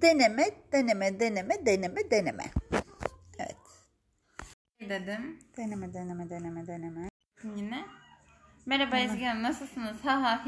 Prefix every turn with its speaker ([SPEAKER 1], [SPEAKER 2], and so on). [SPEAKER 1] Deneme, deneme, deneme, deneme, deneme. Evet.
[SPEAKER 2] dedim
[SPEAKER 1] Deneme, deneme, deneme, deneme.
[SPEAKER 2] yine. Merhaba Ezgi Hanım nasılsınız? Ha ha hiç